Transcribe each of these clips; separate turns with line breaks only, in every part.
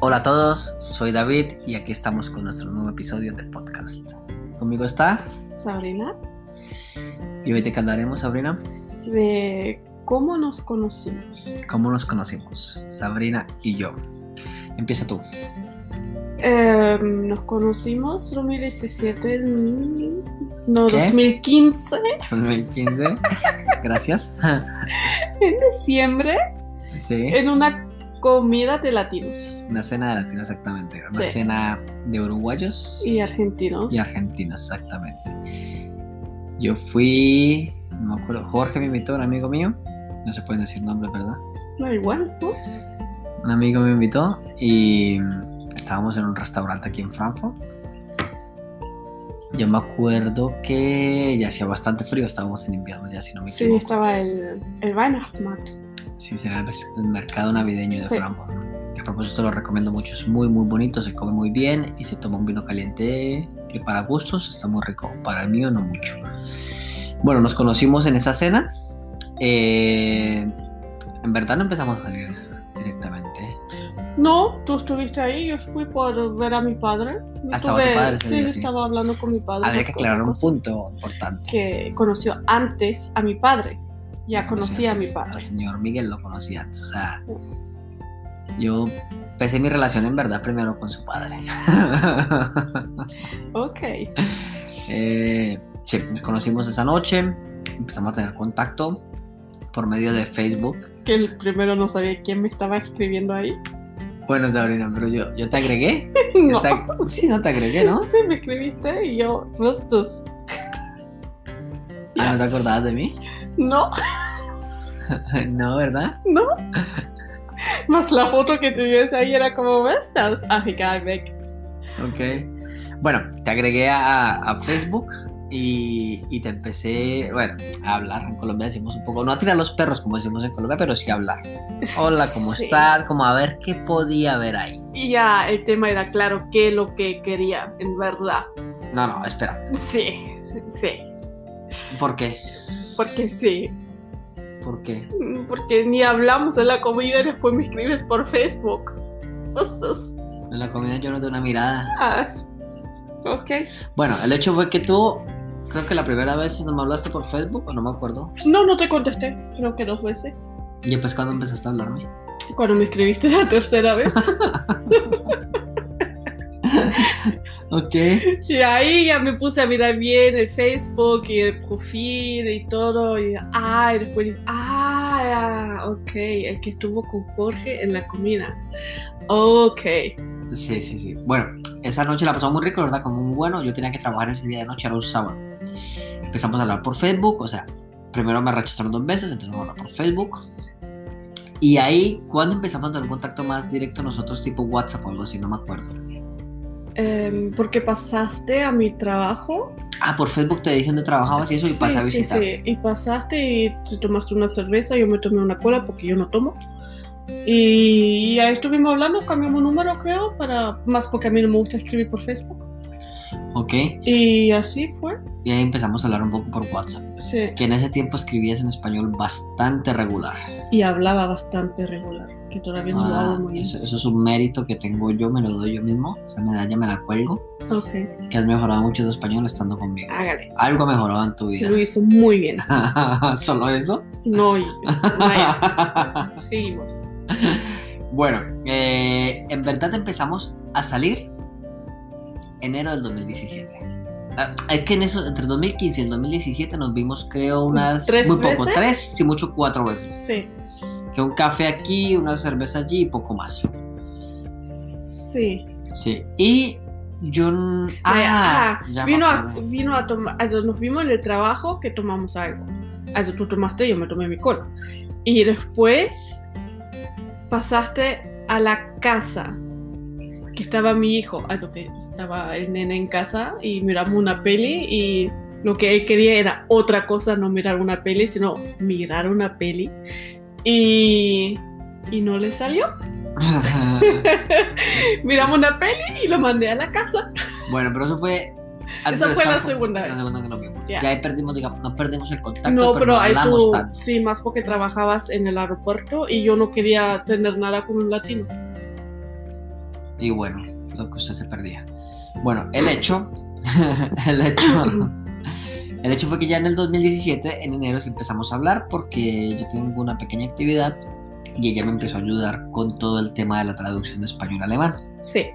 Hola a todos, soy David y aquí estamos con nuestro nuevo episodio de podcast. Conmigo está
Sabrina,
y hoy te hablaremos, Sabrina,
de cómo nos conocimos.
cómo nos conocimos, Sabrina y yo. Empieza tú.
Em, nos conocimos 2017, mm, no,
¿Qué?
2015,
2015. Gracias.
en diciembre,
Sí.
en una comida de latinos
Una cena de latinos, exactamente. Una
Sí.
cena de uruguayos
y argentinos.
y argentinos, exactamente. Yo fui, no me acuerdo, Jorge me invitó, un amigo mío. No se pueden decir nombres, ¿verdad?
No, igual, ¿no?
un amigo me invitó y estábamos en un restaurante aquí en Frankfurt. Yo me acuerdo que ya hacía bastante frío, estábamos en invierno ya, si no me
Sí,
equivoco.
estaba el, el Weihnachtsmarkt.
Sí, será el mes- el mercado navideño de
Sí.
Frankfurt. Que a propósito lo recomiendo mucho, es muy muy bonito, se come muy bien y se toma un vino caliente que para gustos está muy rico, para el mío no mucho. Bueno, nos conocimos en esa cena. Eh, en verdad no empezamos a salir directamente.
No, tú estuviste ahí, yo fui por ver a mi padre. Yo
Ah, estaba tu
tuve-
padre ese
sí,
día, sí.
estaba hablando con mi padre.
Habría que
pues,
aclarar un
cosas
punto importante.
Que conoció antes a mi padre.
Ah,
Ya conocía a mi
antes, Al
padre.
señor Miguel lo conocía antes. O sea,
Sí.
yo empecé mi relación en verdad primero con su padre.
Ok.
Eh, sí, nos conocimos esa noche, empezamos a tener contacto por medio de Facebook.
Que el primero no sabía quién me estaba escribiendo ahí.
Bueno, Sabrina, pero yo, yo te agregué.
No.
Yo te ag- sí, no te agregué, ¿no?
Sí, me escribiste y yo, "Pues, "Rostos".
Ah, ¿no te acordabas de mí?
No,
no, ¿verdad?
más la foto que tuviese ahí era como, ¿estás? Ah, ya, Beck.
Ok. Bueno, te agregué a, a Facebook y, y te empecé, bueno, a hablar. En Colombia decimos un poco, no a tirar los perros como decimos en Colombia, pero sí a hablar. Hola, ¿cómo
Sí.
estás? Como a ver qué podía ver ahí.
Y ya el tema era claro qué es lo que quería, en verdad.
No, no, espera.
Sí, sí,
¿Por qué?
porque sí.
¿Por qué?
Porque ni hablamos en la comida y después me escribes por Facebook. Rostos.
En la comida yo no doy una mirada.
Ah, ok.
Bueno, el hecho fue que tú, creo que la primera vez no me hablaste por Facebook, o no me acuerdo.
No, no te contesté, creo que dos veces.
Y pues cuando empezaste a hablarme.
Cuando me escribiste la tercera vez.
Ok.
Y ahí ya me puse a mirar bien el Facebook y el perfil y todo. Y, ah, y después dije, ah, ok, el que estuvo con Jorge en la comida. Ok.
Sí, sí, sí. Bueno, esa noche la pasamos muy rico, la ¿verdad? Como muy bueno. Yo tenía que trabajar ese día de noche, era un sábado. Empezamos a hablar por Facebook, o sea, primero me rechazaron dos veces, empezamos a hablar por Facebook. Y ahí, cuando empezamos a tener un contacto más directo nosotros, tipo WhatsApp o algo así, no me acuerdo.
Em, porque pasaste a mi trabajo.
Ah, por Facebook te dije dónde trabajabas y Ah, eso, y
Sí,
pasé a
sí,
visitar.
sí. Y pasaste y te tomaste una cerveza, yo me tomé una cola porque yo no tomo. Y, ahí estuvimos hablando, cambiamos número creo, para más porque a mí no me gusta escribir por Facebook.
Ok,
Y así fue.
y ahí empezamos a hablar un poco por WhatsApp.
Sí.
Que en ese tiempo escribías en español bastante regular.
y hablaba bastante regular, que todavía no lo
Ah,
hago muy bien.
eso, eso es un mérito que tengo yo, me lo doy yo mismo. Esa medalla me la cuelgo.
Ok,
que has mejorado mucho tu español estando conmigo.
hágale.
Algo ha mejorado en tu vida.
Lo hizo muy bien.
¿Solo eso?
No, y- vaya, seguimos.
bueno, eh, en verdad empezamos a salir enero del 2017. Ah, Es que en eso, entre 2015 y el 2017 nos vimos creo unas...
¿Tres
muy poco,
veces?
tres, si mucho cuatro veces.
Sí,
Que un café aquí, una cerveza allí y poco más.
sí.
Sí. Y yo... n- Ah,
Vaya,
ya me
vino, a,
acordé.
vino a tomar, also, nos vimos en el trabajo que tomamos algo. Also, tú tomaste, yo me tomé mi cola. Y después pasaste a la casa, que estaba mi hijo, also, que estaba el nene en casa y miramos una peli y lo que él quería era otra cosa, no mirar una peli, sino mirar una peli. Y, y no le salió. Miramos una peli y lo mandé a la casa.
Bueno, pero eso fue.
Esa
de
fue la
Stanford,
segunda
La
vez.
segunda que nos vimos.
Ya.
Ya ahí perdimos, digamos, no perdimos el contacto,
No, pero ahí
hablamos
tú,
tanto.
sí, más porque trabajabas en el aeropuerto y yo no quería tener nada con un latino.
Y bueno, lo que usted se perdía. Bueno, el hecho, el hecho, el hecho fue que ya en el 2017, en enero, sí empezamos a hablar porque yo tengo una pequeña actividad y ella me empezó a ayudar con todo el tema de la traducción de español a alemán.
Sí.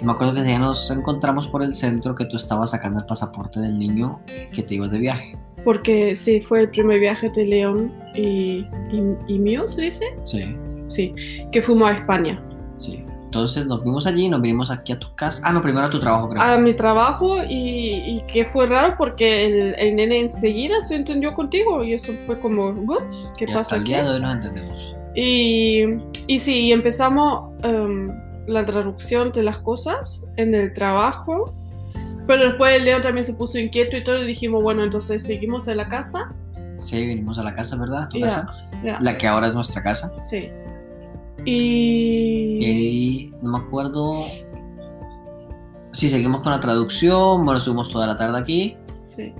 Y me acuerdo que ya nos encontramos por el centro que tú estabas sacando el pasaporte del niño que te ibas de viaje.
Porque sí, fue el primer viaje de León y, y, y mío, ¿se dice?
Sí,
Sí, que fuimos a España.
sí. Entonces nos vimos allí, nos vinimos aquí a tu casa. Ah, no, primero a tu trabajo, creo.
A mi trabajo y, y que fue raro porque el, el nene enseguida se entendió contigo y eso fue como, "What? ¿qué
y hasta
pasa
el
aquí?
día de hoy nos entendemos.
Y, y sí, y empezamos em, la traducción de las cosas en el trabajo. Pero después el Leo también se puso inquieto y todo, y dijimos, bueno, entonces seguimos en la casa.
Sí, vinimos a la casa, ¿verdad? A tu
Ya,
casa.
ya,
La que ahora es nuestra casa.
Sí. Y...
Y no me acuerdo si seguimos con la traducción, bueno, estuvimos toda la tarde aquí
sí.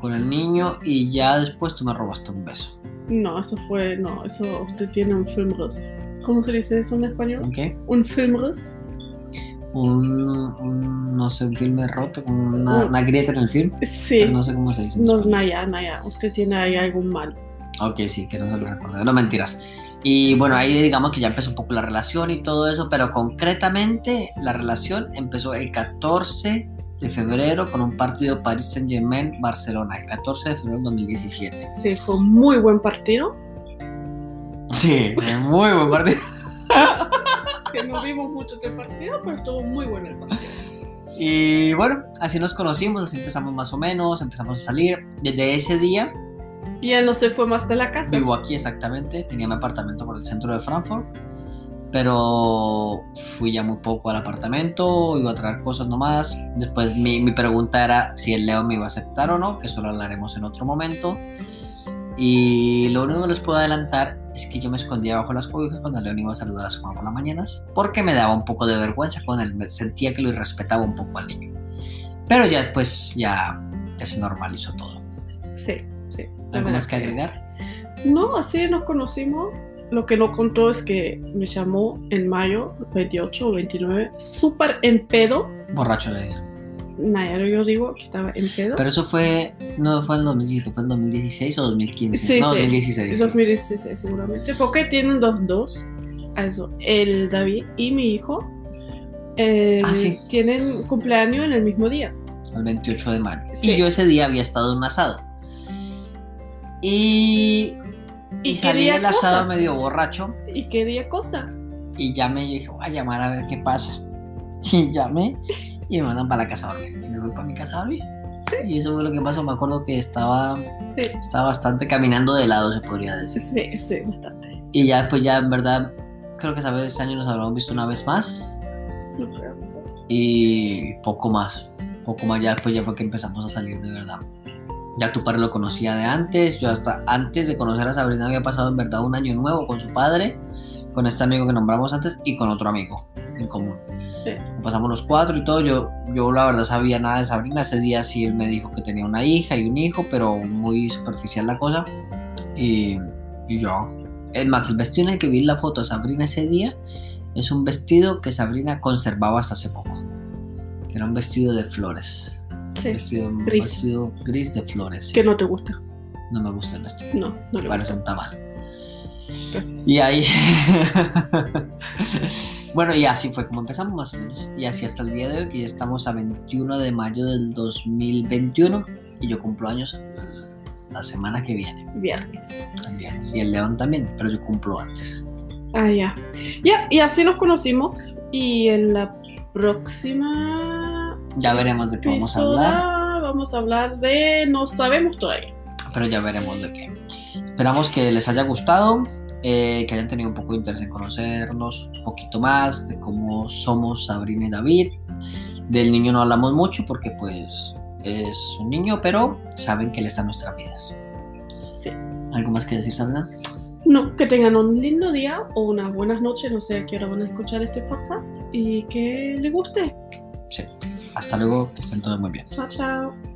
con el niño y ya después tú me robaste un beso.
No, eso fue, no, eso usted tiene un filmriss. ¿Cómo se dice eso en español?
¿Ok?
Un filmriss.
Un, un, no sé, un filme roto, como una,
Un-
una grieta en el film.
Uh. Sí.
Pero no sé cómo se dice. en
Ah, No,
español.
Naya, Naya, usted tiene ahí algún mal.
Ok, sí, que no se lo recuerdo. No mentiras. Y bueno, ahí digamos que ya empezó un poco la relación y todo eso, pero concretamente la relación empezó el 14 de febrero con un partido Paris Saint-Germain-Barcelona, el 14 de febrero del 2017.
Sí, fue un muy buen partido.
Sí, es muy buen partido.
Que no vimos mucho del partido, pero estuvo muy bueno el partido.
Y bueno, así nos conocimos, así empezamos más o menos, empezamos a salir. Desde ese día
Y él no se fue más de la casa.
vivo aquí exactamente, tenía mi apartamento por el centro de Frankfurt, pero fui ya muy poco al apartamento, iba a traer cosas nomás. Después mi, mi pregunta era si el Leo me iba a aceptar o no, que eso lo hablaremos en otro momento. Y lo único que les puedo adelantar es que yo me escondía bajo las cobijas cuando León iba a saludar a su mamá por las mañanas, porque me daba un poco de vergüenza cuando él sentía que lo irrespetaba un poco al niño. Pero ya después ya, ya se normalizó todo.
Sí, sí. la
¿Algo
verdad
más que agregar?
No, así nos conocimos. Lo que no contó es que me llamó en mayo 28 o 29, súper en pedo.
Borracho de eso.
Naya, yo digo que estaba en pedo.
Pero eso fue, no fue en 2017, fue en 2016 o 2015.
Sí,
no,
sí.
2016. sí.
2016 seguramente, porque tienen los dos, eso, el David y mi hijo, eh,
Ah, sí.
tienen cumpleaños en el mismo día.
El 28 de mayo.
Sí.
Y yo ese día había estado en un asado. Y,
Y
salí
quería
del asado
cosa.
medio borracho
Y quería cosa.
y llamé y dije, voy a llamar a ver qué pasa. Y llamé y me mandan para la casa a dormir. Y me voy para mi casa a dormir. Y eso fue lo que pasó. Me acuerdo que estaba,
Sí,
estaba bastante caminando de lado, se podría decir.
sí, sí, bastante.
Y ya después, ya en verdad, creo que esa vez ese año nos habremos visto una vez más.
No creo que sea.
y poco más. Poco más ya después ya fue que empezamos a salir de verdad. Ya tu padre lo conocía de antes, yo hasta antes de conocer a Sabrina había pasado en verdad un año nuevo con su padre, con este amigo que nombramos antes y con otro amigo en común.
Sí.
Lo Pasamos los cuatro y todo, yo, yo la verdad sabía nada de Sabrina, ese día sí él me dijo que tenía una hija y un hijo, pero muy superficial la cosa. Y, y yo, es más, el vestido en el que vi la foto de Sabrina ese día es un vestido que Sabrina conservaba hasta hace poco. Que era un vestido de flores. Un
Sí.
vestido, un
Gris.
vestido gris de flores. sí.
Que no te gusta.
No me gusta el vestido.
No, no
Me
le
parece
gusta.
un tamal.
Gracias.
Y ahí. bueno, y así fue como empezamos más o menos. Y así hasta el día de hoy, que ya estamos a 21 de mayo del 2021. Y yo cumplo años la semana que viene.
Viernes.
También. Y el León también, pero yo cumplo antes.
Ah, ya. Ya, y así nos conocimos. Y en la próxima
Ya veremos de qué vamos a hablar.
episoda vamos a hablar de no sabemos todavía.
pero ya veremos de qué. Esperamos que les haya gustado, eh, que hayan tenido un poco de interés en conocernos un poquito más, de cómo somos Sabrina y David. Del niño no hablamos mucho porque pues es un niño, pero saben que él está en nuestras vidas.
Sí.
¿Algo más que decir, Sabrina?
No, que tengan un lindo día o unas buenas noches, no sé a qué hora van a escuchar este podcast y que les guste.
Hasta luego, que estén todos muy bien.
Chao, chao.